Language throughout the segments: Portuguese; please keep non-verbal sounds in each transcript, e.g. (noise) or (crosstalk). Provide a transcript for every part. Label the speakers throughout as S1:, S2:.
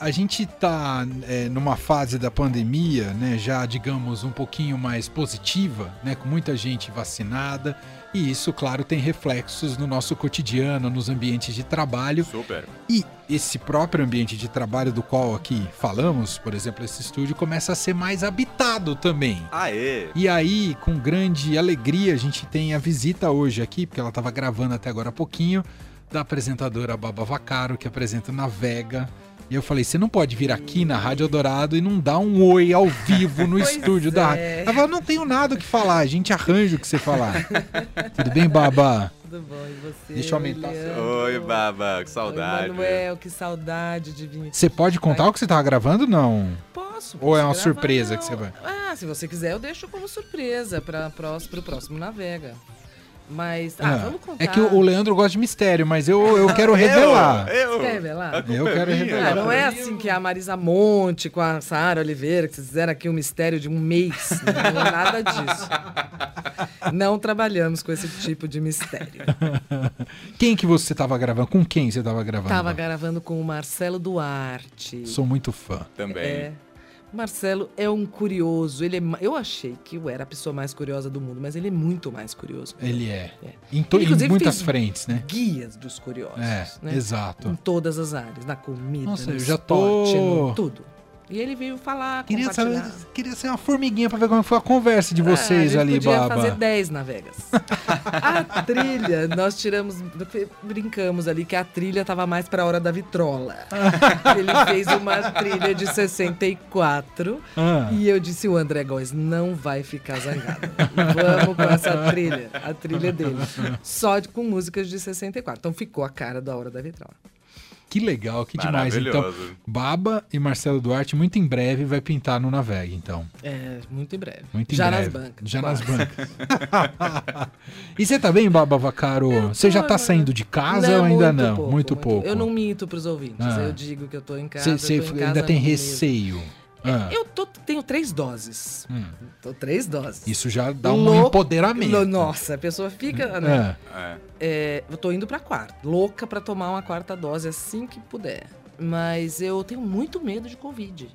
S1: a gente está é, numa fase da pandemia, né, já digamos um pouquinho mais positiva, né, com muita gente vacinada, e isso, claro, tem reflexos no nosso cotidiano, nos ambientes de trabalho.
S2: Super.
S1: E esse próprio ambiente de trabalho do qual aqui falamos, por exemplo, esse estúdio, começa a ser mais habitado também.
S2: Aê!
S1: E aí, com grande alegria, a gente tem a visita hoje aqui, porque ela estava gravando até agora há pouquinho, da apresentadora Baba Vacaro, que apresenta na Vega. E eu falei, você não pode vir aqui na Rádio Dourado e não dar um oi ao vivo
S3: (laughs)
S1: no estúdio da rádio.
S3: é.
S1: Ela falou, não tenho nada o que falar, a gente arranja o que você falar. Tudo bem, Baba?
S3: Tudo bom, e você?
S1: Deixa eu aumentar seu-
S3: Leandro?
S2: Oi, Baba, que
S3: Oi,
S2: saudade.
S3: Manuel, que saudade de vir.
S1: Você pode contar o que você tava gravando? Não.
S3: Posso?
S1: Ou é uma
S3: posso gravar?
S1: surpresa
S3: Não.
S1: que você vai-
S3: Ah, se você quiser, eu deixo como surpresa para pro próximo Navega. Mas, ah,
S1: Ah,
S3: vamos contar.
S1: É que o o Leandro gosta de mistério, mas eu, eu
S3: (laughs)
S1: quero
S2: Eu,
S1: revelar.
S2: Eu,
S3: Quer revelar?
S2: A culpa
S3: (laughs)
S1: Eu quero
S2: é minha.
S1: revelar.
S3: Ah, não é assim que é a Marisa Monte com a Sara Oliveira, que vocês fizeram aqui um mistério de um mês. Não é nada disso. Não trabalhamos com esse tipo de mistério.
S1: Quem que você tava gravando? Com quem você tava gravando?
S3: Tava gravando com o Marcelo Duarte.
S1: Sou muito fã.
S2: Também.
S3: É. Marcelo é um curioso. Ele é, ma- eu achei que eu era a pessoa mais curiosa do mundo, mas ele é muito mais curioso.
S1: Ele é.
S3: É.
S1: Em, to-
S3: Ele,
S1: em
S3: inclusive,
S1: muitas
S3: fez
S1: frentes, né?
S3: Guias dos curiosos,
S1: É,
S3: né? Em
S1: exato.
S3: todas as áreas, na comida,
S1: Nossa,
S3: no
S1: eu já tô-
S3: esporte, no tudo. E ele veio falar,
S1: Queria, saber,
S3: compartilhar.
S1: queria ser uma formiguinha pra ver como foi a conversa de
S3: Ah,
S1: vocês
S3: a gente
S1: ali,
S3: podia
S1: Baba.
S3: fazer 10
S1: (laughs)
S3: na Vegas. a trilha, nós tiramos, brincamos ali que a trilha tava mais pra hora
S1: (laughs)
S3: da vitrola. Ele fez uma trilha de 64
S1: Ah.
S3: e eu disse, o André Góes não vai ficar zangado. Vamos com essa trilha, a trilha dele. Só de- com músicas de 64. Então ficou a cara da hora da vitrola.
S1: Que legal, que demais. Então,
S2: Maravilhoso.
S1: Baba e Marcelo Duarte, muito em breve, vai pintar no Naveg, então.
S3: É, muito em breve.
S1: Muito em
S3: Já
S1: breve.
S3: nas bancas.
S1: Já nas
S3: quase.
S1: bancas. (laughs) e você tá bem, Baba Vacaro? Você já tá
S3: mano.
S1: saindo de casa ou ainda
S3: muito
S1: não?
S3: pouco,
S1: muito pouco.
S3: Eu não minto pros ouvintes.
S1: Ah.
S3: Eu digo que eu tô em casa.
S1: Você
S3: eu tô
S1: você
S3: em
S1: f-
S3: casa
S1: ainda tem
S3: mesmo.
S1: receio. Ah,
S3: Eu tô- tenho três doses.
S1: Hum.
S3: Tô três doses.
S1: Isso já dá um
S3: Louco-
S1: empoderamento.
S3: Lo- Nossa, a pessoa fica. Né?
S1: Ah,
S2: É.
S3: É, eu tô indo pra quarta. Louca pra tomar uma quarta dose assim que puder. Mas eu tenho muito medo de Covid.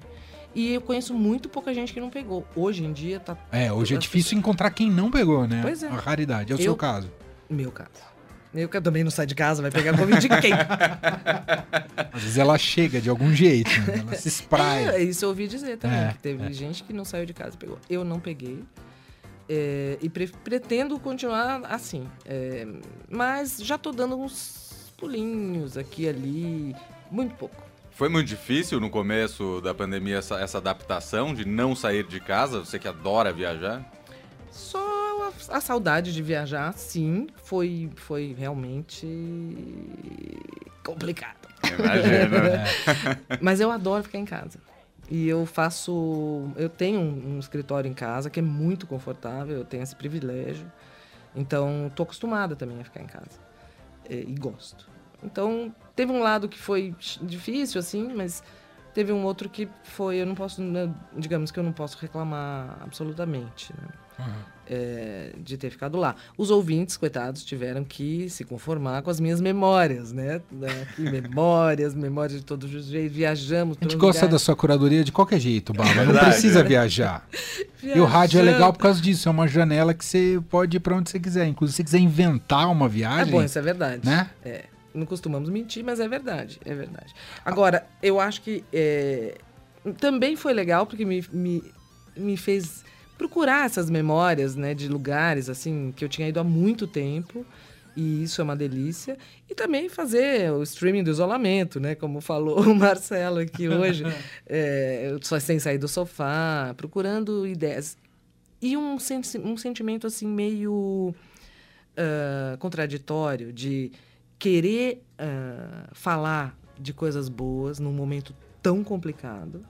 S3: E eu conheço muito pouca gente que não pegou. Hoje em dia tá
S1: é, hoje é
S3: As
S1: difícil encontrar quem não pegou, né?
S3: Pois é.
S1: A raridade. É o
S3: Eu-
S1: seu caso.
S3: meu caso. Eu que também não saio de casa, vai pegar Covid de
S1: (laughs)
S3: quem?
S1: Às vezes ela chega de algum jeito, né? ela se espraia.
S3: É, isso eu ouvi dizer também.
S1: É,
S3: que teve gente que não saiu de casa e pegou. Eu não peguei. É, e pre- pretendo continuar assim. É, mas já tô dando uns pulinhos aqui e ali. Muito pouco.
S2: Foi muito difícil no começo da pandemia essa, essa adaptação de não sair de casa, você que adora
S3: (laughs)
S2: viajar.
S3: Só a, a saudade de viajar, sim, foi, foi realmente complicado.
S2: Imagina.
S3: Mas eu adoro ficar em casa. E eu faço. Eu tenho um, um escritório em casa que é muito confortável, eu tenho esse privilégio. Então, tô acostumada também a ficar em casa. É, E, gosto. Então, teve um lado que foi ch- difícil, assim, mas teve um outro que foi. Eu não posso. né, Digamos que eu não posso reclamar absolutamente, né?
S1: Uhum.
S3: é, de ter ficado lá. Os ouvintes, coitados, tiveram que se conformar com as minhas memórias, né? (laughs) Né, que memórias, memórias de todos os jeitos. Viajamos. um
S1: A gente gosta da sua curadoria de qualquer jeito, Baba. Não
S2: É Verdade.
S1: precisa viajar. E o rádio é legal por causa disso. É uma janela que você pode ir pra onde você quiser. Inclusive, se você quiser inventar uma
S3: É
S1: viagem,
S3: bom, isso é verdade.
S1: né?
S3: Não costumamos mentir, mas é verdade, é verdade. Agora, eu acho que é, também foi legal porque me, me, me fez procurar essas memórias, né, de lugares assim que eu tinha ido há muito tempo. E isso é uma delícia. E também fazer o streaming do isolamento, né? Como falou (laughs) o Marcelo aqui hoje. É, eu só sem sair do sofá, procurando ideias. E um, sen um sentimento assim meio ah, contraditório de querer ah, falar de coisas boas num momento tão complicado.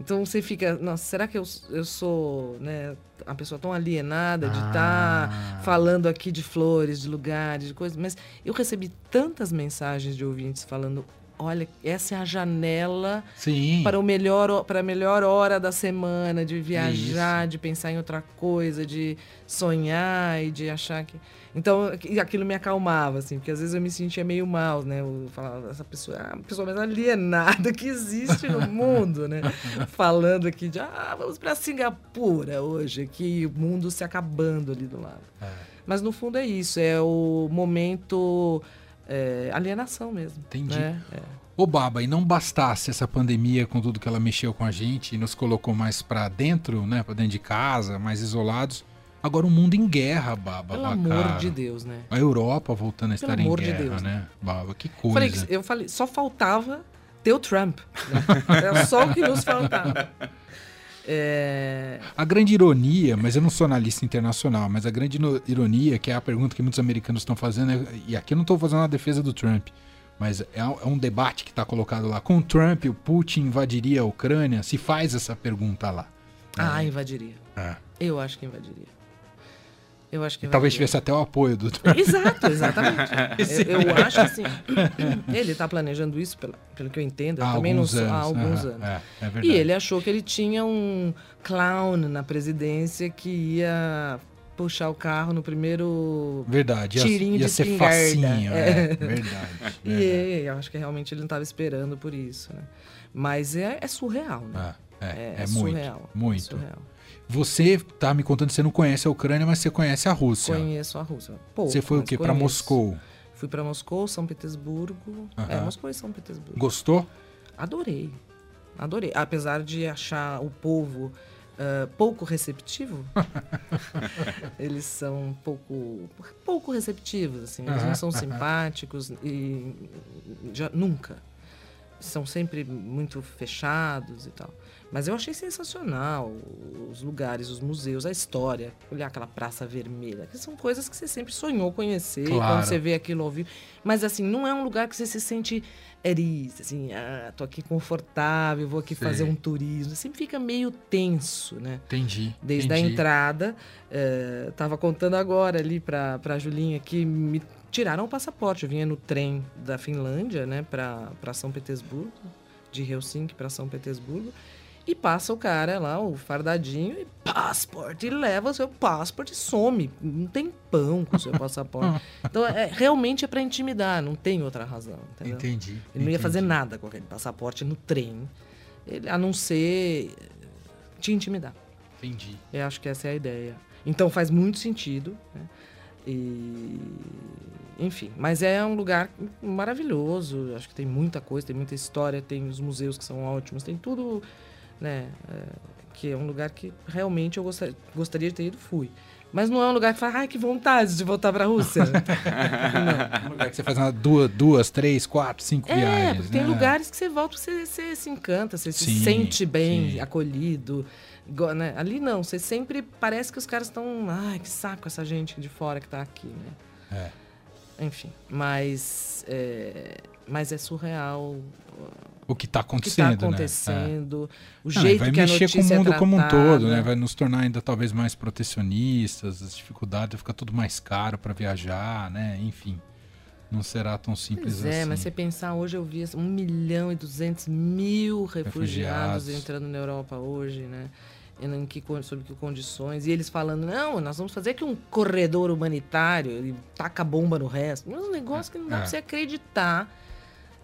S3: Então você fica, nossa, será que eu, eu sou né, uma pessoa tão alienada de estar
S1: Ah.
S3: falando aqui de flores, de lugares, de coisas? Mas eu recebi tantas mensagens de ouvintes falando olha, essa é a janela
S1: Sim.
S3: para o melhor para a melhor hora da semana de viajar, de pensar em outra coisa, de sonhar e de achar que então e aquilo me acalmava assim, porque às vezes eu me sentia meio mal, né? Eu falava essa pessoa, ah, a pessoa mais alienada (laughs) que existe no mundo, né? Falando aqui de ah, vamos para Singapura hoje, que o mundo se acabando ali do lado. Mas no fundo é isso, é o momento é, alienação mesmo.
S1: Entendi.
S3: né? É.
S1: Ô Baba, e não bastasse essa pandemia com tudo que ela mexeu com a gente e nos colocou mais pra dentro, né, Pra dentro de casa, mais isolados. Agora o mundo em guerra, Baba.
S3: Pelo
S1: Bacaro.
S3: amor de Deus, né?
S1: A Europa voltando a estar em
S3: amor de
S1: guerra,
S3: Deus,
S1: né? Baba, que
S3: Eu
S1: coisa.
S3: falei, que- eu falei, só faltava ter o Trump. (laughs) né? Era só o que nos faltava. É,
S1: A grande ironia, mas eu não sou analista internacional, mas a grande no- ironia, que é a pergunta que muitos americanos estão fazendo, é- e aqui eu não estou fazendo uma defesa do Trump, mas é, um- é um debate que está colocado lá. Com o Trump, o Putin invadiria a Ucrânia? Se faz essa pergunta lá.
S3: Ah, invadiria.
S1: É.
S3: Eu acho que invadiria. Eu acho que
S1: E talvez
S3: invadiria.
S1: tivesse até o apoio do Trump. (laughs)
S3: Exato, exatamente. eu, eu acho assim. Ele está planejando isso, pela- pelo, que eu entendo. Eu
S1: há
S3: também não
S1: alguns
S3: sou
S1: anos.
S3: há alguns
S1: Aham,
S3: anos.
S1: É, é verdade.
S3: E ele achou que ele tinha um clown na presidência que ia puxar o carro no primeiro
S1: Verdade, ia,
S3: Tirinho
S1: ia
S3: de
S1: ser
S3: espingarda,
S1: facinho. É.
S3: é.
S1: verdade.
S3: (laughs) E é,
S1: verdade.
S3: eu acho que realmente ele não estava esperando por isso, né? Mas é, é surreal, né?
S1: Ah, é, é,
S3: surreal,
S1: muito, muito.
S3: é surreal.
S1: Você tá me contando que você não conhece a Ucrânia, mas você conhece a Rússia.
S3: Conheço a Rússia. Pouco,
S1: Você foi o
S3: mas
S1: quê? Pra
S3: conheço.
S1: Moscou.
S3: Fui para Moscou, São Petersburgo. É,
S1: Aham.
S3: Moscou e São Petersburgo.
S1: Gostou?
S3: Adorei. Adorei. Apesar de achar o povo ah,
S1: (laughs)
S3: pouco receptivo, eles são um pouco, pouco receptivos, assim. Eles
S1: Aham,
S3: não são
S1: aham.
S3: simpáticos e já, nunca. São sempre muito fechados e tal. Mas eu achei sensacional os lugares, os museus, a história. Olhar aquela praça vermelha, que são coisas que você sempre sonhou conhecer
S1: Claro.
S3: quando você vê aquilo ao vivo. Mas assim, não é um lugar que você se sente eris, assim, ah, tô aqui confortável, vou aqui
S1: Sei.
S3: fazer um turismo. Sempre fica meio tenso, né?
S1: Entendi.
S3: Desde a entrada, eh, tava contando agora ali pra, pra Julinha que me tiraram o passaporte. Eu vinha no trem da Finlândia, né, pra, pra São Petersburgo, de Helsinki pra São Petersburgo. E passa o cara lá, o fardadinho, e passaporte, e leva o seu passaporte e some. Não tem pão com o
S1: (laughs)
S3: seu passaporte. então, é, realmente é pra intimidar, não tem outra razão, entendeu?
S1: Entendi.
S3: Ele não ia fazer
S1: entendi.
S3: nada com aquele passaporte no trem, ele, a não ser eh, te intimidar.
S1: Entendi.
S3: Eu acho que essa é a ideia. Então faz muito sentido. né? E... Enfim, mas é um lugar maravilhoso. Acho que tem muita coisa, tem muita história, tem os museus que são ótimos, tem tudo, né? é, que é um lugar que realmente eu gostaria, gostaria de ter ido, fui. Mas não é um lugar que fala, ai, que vontade de voltar para a Rússia.
S1: É um lugar que você faz uma, duas, duas, três, quatro, cinco
S3: É,
S1: viagens.
S3: porque tem
S1: né?
S3: lugares que você volta, você, você se encanta, você
S1: Sim,
S3: se sente bem,
S1: sim.
S3: acolhido. Go- né? Ali não, você sempre parece que os caras estão. Ai, que saco essa gente de fora que tá aqui, né?
S1: É.
S3: Enfim, mas. É, mas é surreal
S1: O que está
S3: o que
S1: acontecendo,
S3: está
S1: né? É.
S3: acontecendo, o
S1: Não, e
S3: jeito
S1: vai
S3: que a
S1: mexer
S3: notícia
S1: com o mundo
S3: é
S1: como um todo, né?
S3: tratada.
S1: Vai nos tornar ainda talvez mais protecionistas, as dificuldades, fica tudo mais caro para viajar, né? Enfim, não será tão simples
S3: Pois é,
S1: assim.
S3: mas você pensar, hoje eu vi assim, 1 milhão e 200 mil refugiados,
S1: Refugiados.
S3: entrando na Europa hoje, né? E Em que, con- sob que condições? E eles falando, não, nós vamos fazer aqui um corredor humanitário e taca bomba no resto. Mas um negócio que não dá
S1: É.
S3: pra você acreditar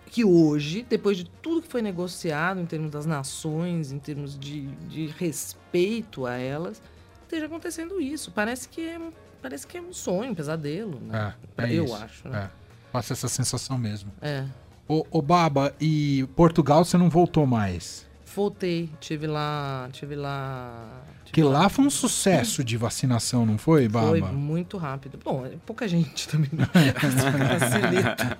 S3: que hoje, depois de tudo que foi negociado em termos das nações, em termos de, de respeito a elas, esteja acontecendo isso. Parece que é, um- parece que é um sonho, um pesadelo, né?
S1: É,
S3: Pra-
S1: é
S3: eu
S1: isso.
S3: acho, né?
S1: É. Passa essa sensação mesmo.
S3: é.
S1: Ô, ô Baba, e Portugal você não voltou mais?
S3: Voltei, tive lá, tive lá. tive
S1: Porque lá foi um sucesso de vacinação, não foi, Baba?
S3: Foi muito rápido. Bom, é pouca gente (laughs) também. né? Isso facilita.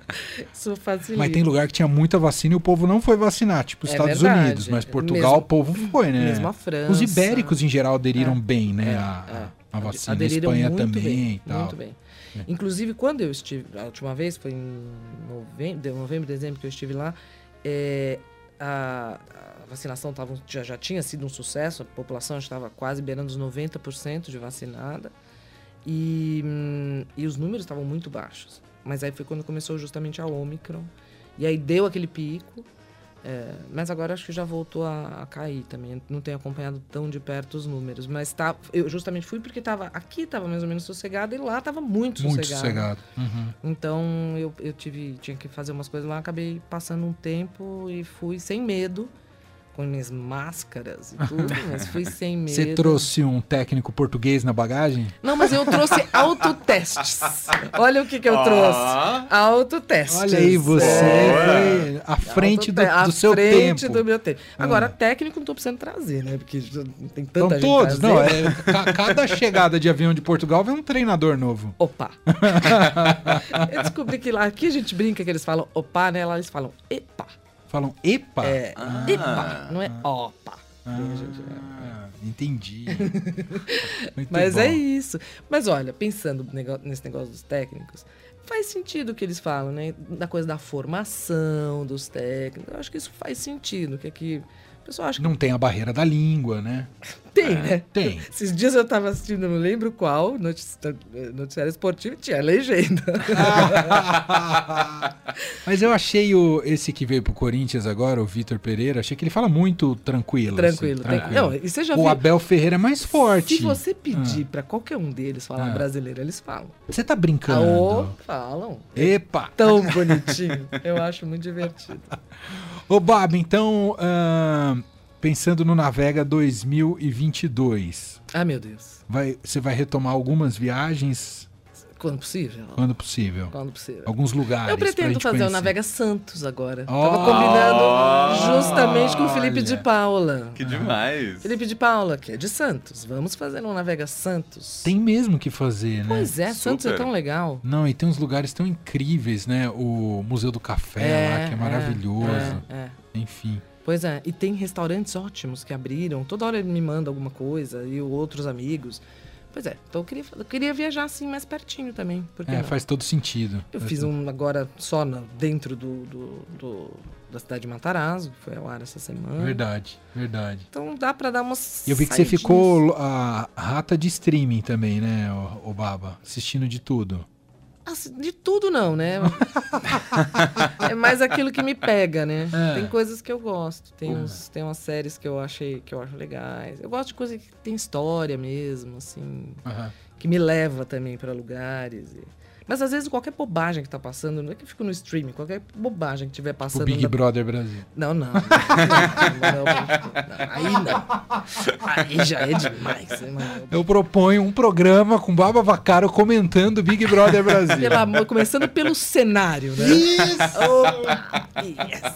S3: Isso facilita.
S1: Mas tem lugar que tinha muita vacina e o povo não foi vacinar, tipo os
S3: É
S1: Estados
S3: verdade.
S1: Unidos, mas Portugal
S3: Mesmo-
S1: o povo foi, né?
S3: Mesmo a França.
S1: Os ibéricos em geral aderiram bem, né?
S3: É,
S1: a, a
S3: Ade-
S1: vacina, a
S3: aderiram
S1: Espanha
S3: muito
S1: também
S3: bem,
S1: e tal.
S3: Muito bem. Inclusive, quando eu estive, a última vez foi em novembro, de- novembro dezembro que eu estive lá, é, a, a vacinação tava, um- já, já tinha sido um sucesso, a população já estava quase beirando os 90% de vacinada e, hum, e os números estavam muito baixos. Mas aí foi quando começou justamente a Omicron. E aí deu aquele pico. é, mas agora acho que já voltou a, a cair também. Não tenho acompanhado tão de perto os números. Mas tá, eu justamente fui porque tava, aqui estava mais ou menos sossegado e lá estava muito,
S1: Muito
S3: sossegado.
S1: sossegado. Uhum.
S3: Então eu, eu tive, tinha que fazer umas coisas lá, acabei passando um tempo e fui sem medo, com minhas máscaras e tudo, mas fui sem medo.
S1: Você trouxe um técnico português na bagagem?
S3: Não, mas eu trouxe autotestes. Olha o que, que eu
S2: Ó.
S3: trouxe. Autotestes.
S1: Olha aí, você
S2: É.
S1: foi à frente do,
S3: Autote- tá à
S1: do seu
S3: frente
S1: tempo. Hum.
S3: do meu tempo. Agora, técnico não tô precisando trazer, né? Porque já tem tanta
S1: Então
S3: gente
S1: todos,
S3: trazendo.
S1: não, é, ca- cada (laughs) chegada de avião de Portugal vem um treinador novo.
S3: Opa.
S1: (laughs)
S3: eu descobri que lá, aqui a gente brinca que eles falam opa, né? Lá eles falam epa.
S1: Falam, epa,
S3: É,
S2: Ah.
S3: epa, não é opa. é
S1: Ah,
S3: (laughs)
S1: entendi. Muito
S3: Mas é
S1: bom.
S3: isso. Mas olha, pensando nego- nesse negócio dos técnicos, faz sentido o que eles falam, né? Da coisa da formação dos técnicos. Eu acho que isso faz sentido. Que aqui. O pessoal acha que
S1: Não tem a barreira da língua, né?
S3: tem, né? (laughs)
S1: Tem.
S3: Esses dias eu tava assistindo, eu não lembro qual, notici- noticiário esportivo, e tinha legenda.
S1: Mas eu achei o, esse que veio pro Corinthians agora, o Vitor Pereira, achei que ele fala muito tranquilo. assim,
S3: tranquilo, tem- Não, e você já
S1: O
S3: viu?
S1: Abel Ferreira é mais forte. Ah.
S3: Se você pedir pra qualquer um deles falar brasileiro, eles falam.
S1: Você tá brincando.
S3: Aô, falam.
S1: Epa!
S3: Tão bonitinho. Eu acho muito divertido.
S1: Ô, Bab, então, ahn, pensando no Navega 2022,
S3: Ah, meu Deus.
S1: vai, você vai retomar algumas viagens
S3: Quando possível?
S1: quando possível?
S3: Quando possível.
S1: Alguns lugares.
S3: Eu
S1: pra
S3: pretendo
S1: gente
S3: fazer o
S1: conhecer.
S3: Navega Santos agora.
S1: Oh!
S3: Tava combinando justamente com o Felipe de
S1: Olha.
S3: Paula.
S2: Que demais.
S3: Felipe de Paula, que é de Santos. Vamos fazer um Navega Santos.
S1: Tem mesmo que fazer, né?
S3: Pois é, Santos é
S2: Super.
S3: tão legal.
S1: Não, e tem uns lugares tão incríveis, né? O Museu do Café lá, que é maravilhoso.
S3: é, é.
S1: Enfim.
S3: Pois é, e tem restaurantes ótimos que abriram. Toda hora ele me manda alguma coisa e outros amigos. Pois é, então eu queria, eu queria viajar assim mais pertinho também. Por que
S1: É,
S3: não?
S1: faz todo sentido.
S3: Eu fiz um agora só na- dentro do, do- do- da cidade de Matarazzo, que foi ao ar essa semana.
S1: É Verdade, verdade.
S3: Então dá pra dar umas.
S1: E eu vi que você
S3: saidinhas.
S1: ficou a rata de streaming também, né, ô- ô Baba? Assistindo de tudo.
S3: Assim, de tudo
S1: (laughs)
S3: não, né? é mais aquilo que me pega, né?
S1: É. Uhum.
S3: Tem coisas que eu gosto. Tem, uns, tem umas séries que eu achei que eu acho legais. Eu gosto de coisa que tem história mesmo, assim. Que me leva também pra lugares. e- Mas às vezes qualquer bobagem que tá passando, não é que eu fico no streaming, qualquer bobagem que tiver
S1: O
S3: passando.
S1: Tipo Big
S3: na-
S1: Brother Brasil. (laughs)
S3: Não, não. Não, não, não, não, não. Aí não. Aí já é demais. né, mano?
S1: Eu proponho um programa com Baba Vacaro comentando Big Brother Brasil.
S3: Pelo amor, começando pelo cenário, né?
S1: Isso!
S3: Opa! Yes!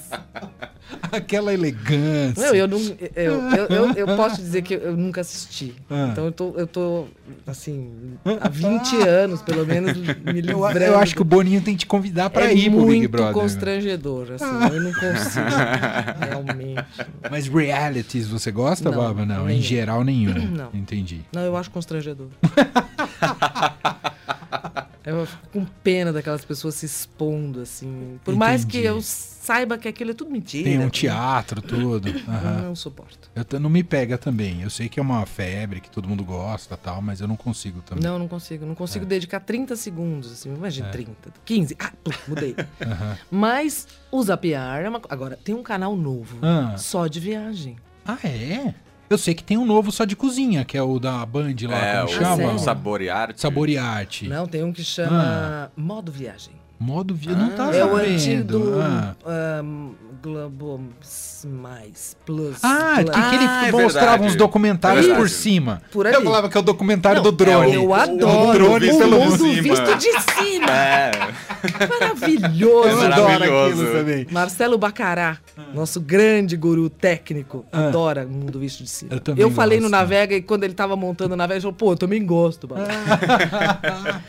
S1: Aquela elegância.
S3: Não, eu não. Eu, eu, eu, eu posso dizer que eu nunca assisti.
S1: Ah.
S3: Então eu tô, eu tô, assim, há 20 anos, pelo menos, me
S1: Eu-
S3: livrando.
S1: eu acho que o Boninho tem que te convidar pra
S3: é
S1: ir pro
S3: muito
S1: Big Brother. né?
S3: constrangedor, assim, eu não consigo,
S1: (laughs)
S3: realmente.
S1: Mas realities você gosta,
S3: Não,
S1: Baba? Não, em
S3: nenhum.
S1: geral nenhum.
S3: (clears throat) Não.
S1: Entendi.
S3: Não, eu acho constrangedor. (laughs) eu fico com pena daquelas pessoas se expondo, assim. Por mais que
S1: Entendi.
S3: eu saiba que aquilo é tudo mentira.
S1: Tem um teatro,
S3: (clears throat)
S1: tudo.
S3: Eu
S1: Aham.
S3: não suporto.
S1: Eu t- não me pega também. Eu sei que é uma febre que todo mundo gosta tal, mas eu não consigo também. É.
S3: Não, não consigo. Não consigo dedicar 30 segundos, assim. Imagina, 30, 15. Ah, pum, mudei.
S1: Aham.
S3: Mas o Zapiar é uma... co- Agora, tem um canal novo.
S1: Ah.
S3: Só de viagem.
S1: Ah, é? Eu sei que tem um novo só de cozinha, que é o da Band lá,
S2: É,
S1: como
S2: o
S1: chama?
S3: sério?
S2: saborear.
S1: Saborearte.
S3: Não, tem um que chama Modo Viagem.
S1: Modo vi... eu não tava
S3: é o
S1: Ah.
S3: antigo
S1: Tá sabendo.
S3: do
S1: Ah,
S3: ahm, Globo Mais Plus.
S1: Ah,
S3: Plus.
S1: que, que ele
S2: Ah, é
S1: mostrava
S2: verdade.
S1: uns documentários
S2: É
S1: por
S2: verdade.
S1: cima.
S3: Por
S1: eu
S3: ali.
S1: falava que é o documentário do
S3: Não,
S1: drone.
S3: Eu
S1: O
S3: adoro.
S1: drone
S2: visto
S3: o
S1: pelo
S2: por
S3: mundo
S2: cima.
S3: visto de
S1: (laughs)
S3: cima.
S2: É.
S3: Maravilhoso.
S1: Eu adoro aquilo
S2: Maravilhoso.
S1: também.
S3: Marcelo Bacará,
S1: Ah.
S3: nosso grande guru técnico, adora o mundo visto de cima.
S1: Eu também
S3: falei no
S1: gosto.
S3: Navega e quando ele tava montando o Navega, ele falou, pô, eu também gosto. Babu."
S1: Ah.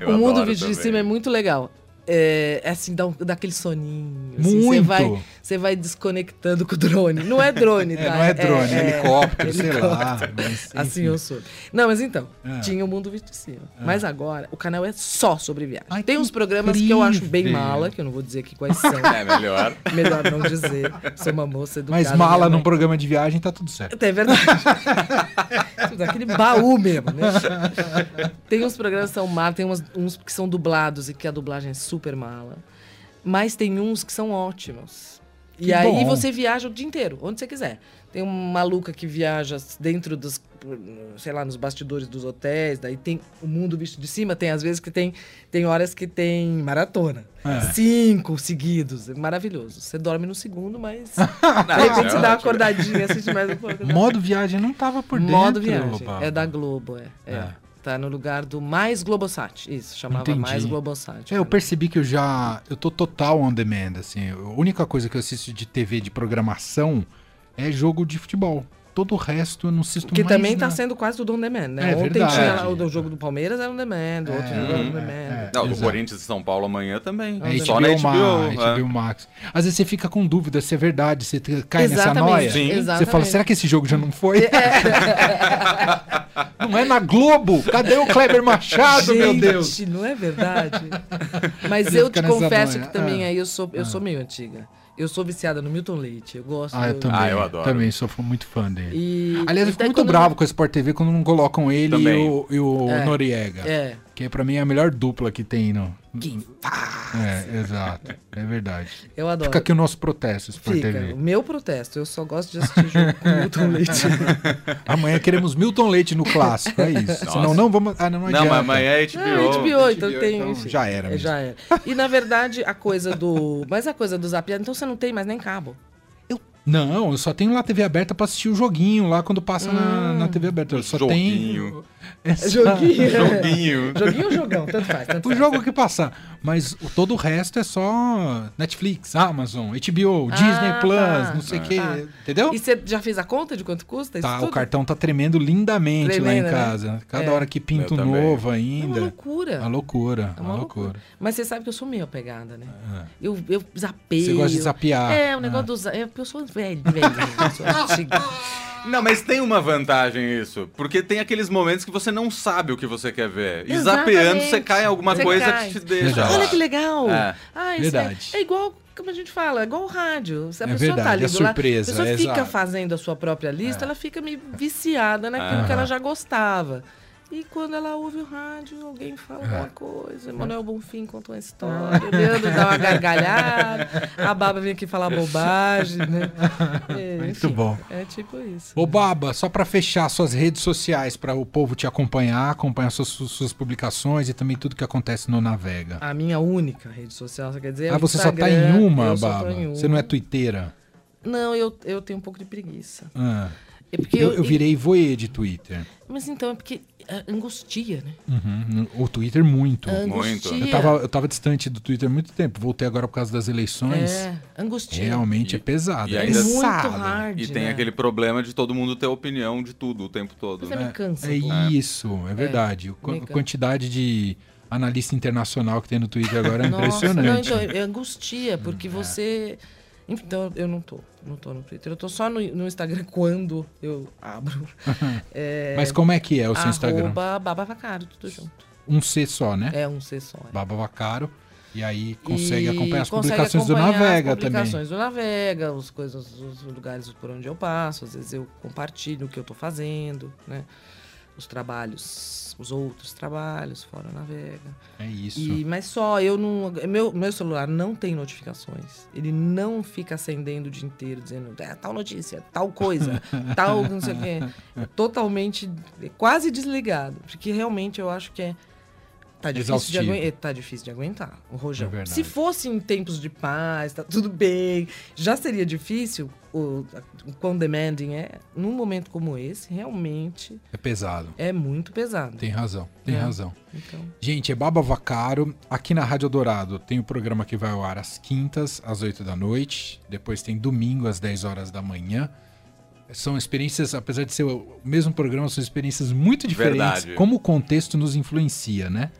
S2: eu
S3: o mundo
S2: adoro
S3: visto de
S2: também.
S3: cima é muito legal. É, é assim, dá, um- dá aquele soninho. assim, Você
S1: Muito.
S3: vai, você vai desconectando com o drone. Não é drone, tá?
S1: É, não é drone, é, helicóptero, sei lá.
S3: helicóptero.
S1: mas,
S3: Assim
S1: enfim.
S3: eu sou. Não, mas então,
S1: Ah.
S3: tinha o mundo visto de cima. Mas agora, o canal é só sobre viagem.
S1: Ai,
S3: Tem
S1: que
S3: uns programas que eu acho bem
S1: incrível.
S3: mala, que eu não vou dizer aqui quais são.
S2: (laughs) É melhor.
S3: Melhor não dizer. Sou uma moça educada.
S1: Mas mala
S3: minha
S1: num
S3: mãe.
S1: programa de viagem tá tudo certo. (laughs)
S3: É verdade. Tudo Aquele baú mesmo, né? Tem uns programas que são mala, tem umas- uns que são dublados e que a dublagem é super mala. Mas tem uns que são ótimos. E
S1: Que
S3: aí
S1: bom.
S3: você viaja o dia inteiro, onde você quiser. Tem um maluca que viaja dentro dos, sei lá, nos bastidores dos hotéis, daí tem o mundo visto de cima, tem às vezes que tem, tem horas que tem maratona.
S1: É.
S3: Cinco seguidos, é maravilhoso. Você dorme no segundo,
S1: (laughs)
S3: mas
S2: Ah,
S3: de repente
S2: é
S3: você dá uma
S2: ótimo.
S3: acordadinha, assiste mais um pouco.
S1: Modo viagem não tava por dentro.
S3: Modo viagem.
S1: Baba.
S3: É da Globo, é. é.
S1: É.
S3: Tá no lugar do Mais Globosat. Isso, chamava
S1: Entendi.
S3: Mais Globosat.
S1: É, eu percebi que eu já. Eu tô total on demand, assim. A única coisa que eu assisto de TV de programação é jogo de futebol. Todo o resto eu não assisto
S3: Que
S1: mais.
S3: também tá
S1: nada.
S3: sendo quase tudo on demand, né?
S1: É
S3: Ontem
S1: verdade.
S3: tinha lá o do jogo do Palmeiras, era on demand, o outro
S1: É,
S3: jogo era on
S2: hum,
S3: demand.
S1: é,
S2: Não, do
S1: Exato.
S2: Corinthians e São Paulo amanhã também.
S3: um
S1: É,
S2: Só na
S1: HBO,
S2: HBO.
S1: Max,
S2: é.
S1: HBO Max. Às vezes você fica com dúvida se é verdade, você te- cai nessa
S3: Exatamente, É.
S1: noia.
S2: Sim. Você
S1: Você fala, será que esse jogo já não foi? (laughs) não é na Globo? Cadê o Kleber Machado,
S3: Gente,
S1: Ah, meu Deus?
S3: (laughs) não é verdade?
S1: (laughs)
S3: Mas
S1: Você
S3: eu
S1: fica
S3: te
S1: nessa
S3: confesso
S1: noia.
S3: que também
S1: Ah.
S3: aí eu sou, eu sou meio antiga. Eu sou viciada no Milton Leite, eu gosto.
S1: Ah, eu
S3: do-
S1: também.
S2: Ah, eu adoro.
S1: Também sou fã- muito fã dele.
S3: E,
S1: Aliás,
S3: e
S1: eu fico
S3: daí
S1: muito
S3: quando-
S1: bravo com a Sport TV quando não colocam ele e
S2: Também.
S1: o, e o
S3: É.
S1: Noriega.
S3: É.
S1: Que pra mim é a melhor dupla que tem no.
S3: Quem faz?
S1: É, exato. É verdade.
S3: Eu adoro.
S1: Fica aqui o nosso protesto, Sport
S3: Fica,
S1: TV.
S3: o meu protesto. Eu só gosto de assistir jogo com Milton Leite.
S1: Amanhã queremos Milton Leite no clássico, é isso.
S2: Nossa.
S1: Senão não vamos. Ah, não, não
S2: Não,
S1: adianta.
S2: mas amanhã é HBO.
S3: Não, HBO, então
S1: HBO,
S3: tem.
S1: então
S3: enfim.
S1: já era
S3: É,
S1: mesmo.
S3: Já era. E na verdade, a coisa do. Mas a coisa do zapeado, então você não tem mais nem (laughs) cabo.
S1: Não, eu só tenho lá TV aberta pra assistir o joguinho lá quando passa
S3: Hum.
S1: na, na TV aberta. Eu só (laughs)
S2: Joguinho.
S1: tenho. Essa-
S2: Joguinho.
S3: (laughs) Joguinho ou jogão? Tanto faz,
S1: (laughs)
S3: tanto
S1: O
S3: faz.
S1: jogo que passar. Mas o- todo o resto é só Netflix, Amazon, HBO,
S3: Ah,
S1: Disney Plus,
S3: tá.
S1: não sei o
S2: Ah.
S1: que.
S3: Tá.
S1: Entendeu?
S3: E você já fez a conta de quanto custa isso
S1: Tá,
S3: tudo?
S1: o cartão tá tremendo lindamente lá em
S3: Tremendo, né?
S1: casa. Cada
S3: É.
S1: hora que pinta
S2: Eu
S1: um
S2: também.
S1: novo
S3: É uma
S1: ainda.
S3: loucura.
S1: Uma loucura,
S3: É
S1: uma loucura.
S3: Mas você sabe que eu sou meio apegada, né? Eu, eu zapeio.
S1: Ah. Você gosta de zapear. Ah.
S3: É, o negócio do za- é, Eu sou velha, velha. eu sou
S1: (laughs)
S3: antiga.
S2: Não, mas tem uma vantagem isso. Porque tem aqueles momentos que você não sabe o que você quer ver. E zapeando, você
S3: Exatamente.
S2: cai em alguma
S3: Você
S2: coisa
S3: cai.
S2: que te deixa.
S1: Exato.
S2: lá.
S3: Olha que legal.
S2: É.
S3: Ah, isso
S1: Verdade.
S3: É, é igual, como a gente fala, é igual o rádio. Se a
S1: É
S3: pessoa tá
S1: verdade,
S3: ali
S1: é
S3: do lado,
S1: surpresa,
S3: a pessoa
S1: é
S3: fica
S1: exato. É.
S3: fazendo a sua própria lista, ela fica meio viciada naquilo que
S1: Aham.
S3: ela já gostava. E quando ela ouve o rádio, alguém fala alguma coisa. Manuel Bonfim conta uma história. O
S1: (laughs)
S3: Leandro dá uma gargalhada. A Baba vem aqui falar
S1: (laughs)
S3: bobagem, né? É,
S1: Muito bom.
S3: É tipo isso.
S1: Ô Baba, só pra fechar suas redes sociais pra o povo te acompanhar, acompanhar suas, suas publicações e também tudo que acontece no Navega.
S3: A minha única rede social, você quer dizer? é o
S1: ah, você só tá em
S3: Instagram,
S1: uma,
S3: eu só tô
S1: Baba.
S3: em
S1: Você não é
S3: uma.
S1: twitteira.
S3: Não, eu, eu tenho um pouco de preguiça.
S1: Ah,
S3: É porque
S1: Eu,
S3: eu,
S1: eu virei voe de Twitter.
S3: Mas então, é porque é, angustia, né?
S1: Uhum, O Twitter muito. né?
S3: A
S2: Muito.
S3: angustia.
S1: Eu tava, eu tava distante do Twitter há muito tempo. Voltei agora por causa das eleições.
S3: É, angustia.
S1: Realmente
S2: E-
S1: é pesado.
S2: e
S1: é
S2: ainda-
S3: Muito
S1: pesado.
S3: hard,
S2: E tem
S3: né?
S2: aquele problema de todo mundo ter opinião de tudo o tempo todo.
S3: Você
S2: né?
S3: me cansa. um
S1: É
S3: pô.
S1: isso, é verdade. O qu-
S3: Mega.
S1: a quantidade de analista internacional que tem no Twitter agora é
S3: Nossa, não,
S1: impressionante. né? É.
S3: então, é angustia, porque você... Então, eu não tô. Não tô no Twitter. Eu tô só no, no Instagram (laughs) quando eu
S1: (laughs)
S3: abro. É,
S1: Mas como é que é o seu
S3: arroba
S1: Instagram?
S3: Baba Vacaro, tudo junto.
S1: Um C só, né?
S3: É um C só. é.
S1: Baba Vacaro. E aí consegue
S3: E
S1: acompanhar as
S3: consegue
S1: publicações
S3: acompanhar
S1: do Navega
S3: as
S1: também.
S3: publicações do Navega, os coisas, os lugares por onde eu passo, às vezes eu compartilho o que eu tô fazendo, né? Os trabalhos, os outros trabalhos fora o Navega.
S1: É isso.
S3: E, mas só, eu não. Meu, meu celular não tem notificações. Ele não fica acendendo o dia inteiro dizendo "É, tal notícia, tal
S1: (laughs)
S3: coisa, tal não sei o quê. É Totalmente, é quase desligado. Porque realmente eu acho que é. Tá difícil, de
S1: Exaustivo.
S3: aguen- é, tá difícil de aguentar o
S1: É
S3: rojão.
S1: verdade.
S3: Se fosse em tempos de paz, tá tudo bem, já seria difícil o, o quão demanding é. Num momento como esse, realmente
S1: É pesado.
S3: é muito pesado.
S1: Tem razão, tem
S3: É.
S1: razão.
S3: Então.
S1: Gente, é Baba Vacaro. Aqui na Rádio Dourado tem o programa que vai ao ar às quintas, às 8 da noite. Depois tem domingo, às 10 horas da manhã. São experiências, apesar de ser o mesmo programa, são experiências muito diferentes.
S2: Verdade.
S1: Como o contexto nos influencia, né?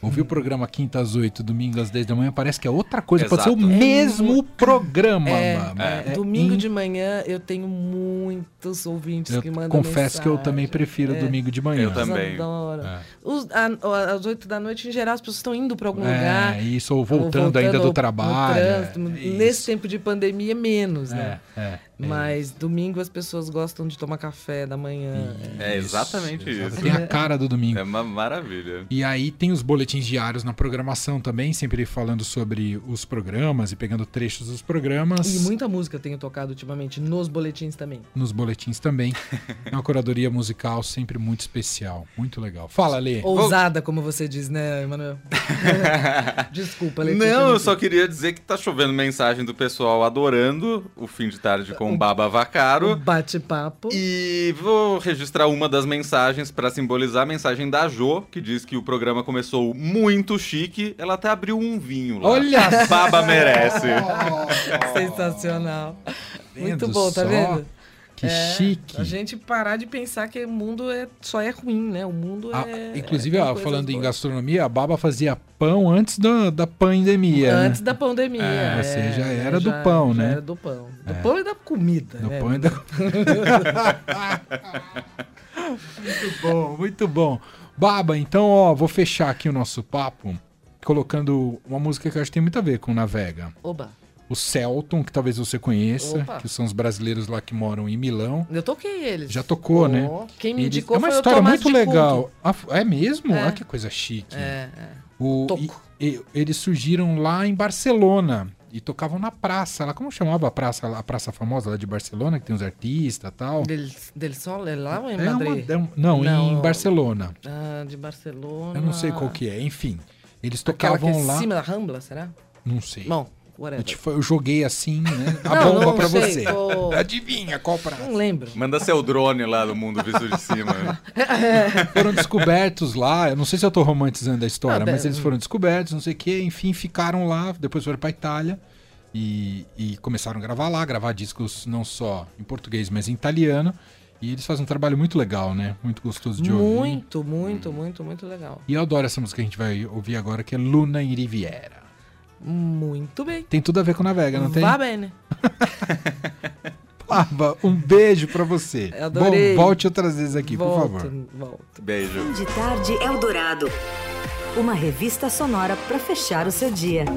S1: Ouvir o programa quinta às 8, domingo às 10 da manhã, parece que é outra coisa. Pode ser o
S2: Exato.
S1: mesmo programa, mano.
S3: É, domingo de manhã eu tenho muitos ouvintes
S1: Eu
S3: que mandam
S1: confesso que eu
S3: mensagem.
S1: também prefiro
S3: É.
S1: domingo de manhã.
S2: Eu também.
S3: Eles adoram.
S1: É.
S3: Os- a- às oito da noite, em geral, as pessoas estão indo para algum
S1: É,
S3: lugar.
S1: isso, ou
S3: ou
S1: voltando, ainda
S3: ao-
S1: do
S3: no
S1: trabalho.
S3: trânsito.
S1: é,
S3: Nesse tempo de pandemia, menos,
S1: é,
S3: né?
S1: é.
S3: Mas domingo as pessoas gostam de tomar café da manhã.
S2: É exatamente
S1: exato.
S2: isso.
S1: Tem a cara do domingo.
S2: É uma maravilha.
S1: E aí tem os boletins diários na programação também, sempre falando sobre os programas e pegando trechos dos programas.
S3: E muita música eu tenho tocado ultimamente, nos boletins também.
S1: Nos boletins
S3: (laughs)
S1: também. É uma curadoria musical sempre muito especial. Muito legal. Fala, Lê.
S3: Oh, Ousada, como você diz, né,
S2: (laughs)
S3: Emanuel? Desculpa, Letícia.
S2: Não, eu só queria dizer que tá chovendo mensagem do pessoal adorando o fim de tarde com Baba
S3: Um
S2: Vacaro.
S3: bate-papo.
S2: E vou registrar uma das mensagens pra simbolizar a mensagem da Jo, que diz que o programa começou muito chique. Ela até abriu um vinho lá.
S1: Olha
S2: Baba merece.
S3: é Sensacional.
S1: Tá Vendo
S3: Muito bom, tá
S1: só?
S3: vendo?
S1: Que
S3: É,
S1: chique.
S3: A gente parar de pensar que o mundo é, só é ruim, né? O mundo
S1: Ah,
S3: é.
S1: inclusive,
S3: é,
S1: ó, falando em gastronomia, a Baba fazia pão antes da, da pandemia. né?
S3: Antes da pandemia.
S1: É, ou seja,
S3: é,
S1: era do pão,
S3: já
S1: né?
S3: Era do pão. Do pão e da comida.
S1: No
S3: né?
S1: pão e da- muito bom, muito bom. Baba, então, ó, vou fechar aqui o nosso papo colocando uma música que eu acho que tem muito a ver com Navega.
S3: Oba.
S1: O Celton, que talvez você conheça,
S3: Opa.
S1: que são os brasileiros lá que moram em Milão.
S3: Eu toquei eles.
S1: Já tocou,
S3: Oh,
S1: né?
S3: Quem me
S1: Ele-
S3: indicou
S1: é uma
S3: foi o
S1: história
S3: Tomás
S1: muito
S3: de
S1: legal.
S3: Couto.
S1: Ah, f- é mesmo?
S3: É.
S1: Ah, que coisa chique.
S3: É, é.
S1: O-
S3: Toco.
S1: e- e- eles surgiram lá em Barcelona e tocavam na praça. Lá, como chamava a praça? lá? A praça famosa lá de Barcelona, que tem os artistas e tal.
S3: Del, del Sol é lá ou em
S1: É uma-
S3: Madrid?
S1: é um- não, em
S3: Não.
S1: Barcelona.
S3: Ah, de Barcelona.
S1: Eu não sei qual que é. Enfim, eles
S3: Aquela que é
S1: tocavam lá.
S3: em cima da Rambla, será?
S1: Não sei.
S3: Bom,
S1: eu,
S3: whatever.
S1: te fa- eu joguei assim, né?
S3: (laughs)
S1: A
S3: Não,
S1: bomba
S3: não
S1: pra você.
S3: sei, tô-
S1: Adivinha qual praça?
S3: Não lembro.
S2: Manda seu drone lá do mundo visto de cima.
S1: foram descobertos lá. Eu não sei se eu tô romantizando a história,
S3: Ah,
S1: mas
S3: bem.
S1: eles foram descobertos, não sei o quê. Enfim, ficaram lá. Depois foram pra Itália e, e começaram a gravar lá, gravar discos não só em português, mas em italiano. E eles fazem um trabalho muito legal, né? Muito gostoso de Hum. ouvir.
S3: Muito, muito, muito, muito legal.
S1: E eu adoro essa música que a gente vai ouvir agora, que é Luna in Riviera.
S3: Muito bem.
S1: Tem tudo a ver com Navega, não tem?
S3: Vá bem, né?
S1: Pava, um beijo pra você.
S3: Eu adorei.
S1: Bom, volte outras vezes aqui,
S3: volto,
S1: por favor.
S3: Volto.
S2: Beijo.
S4: é De Tarde Eldorado. Uma revista sonora para fechar o seu dia.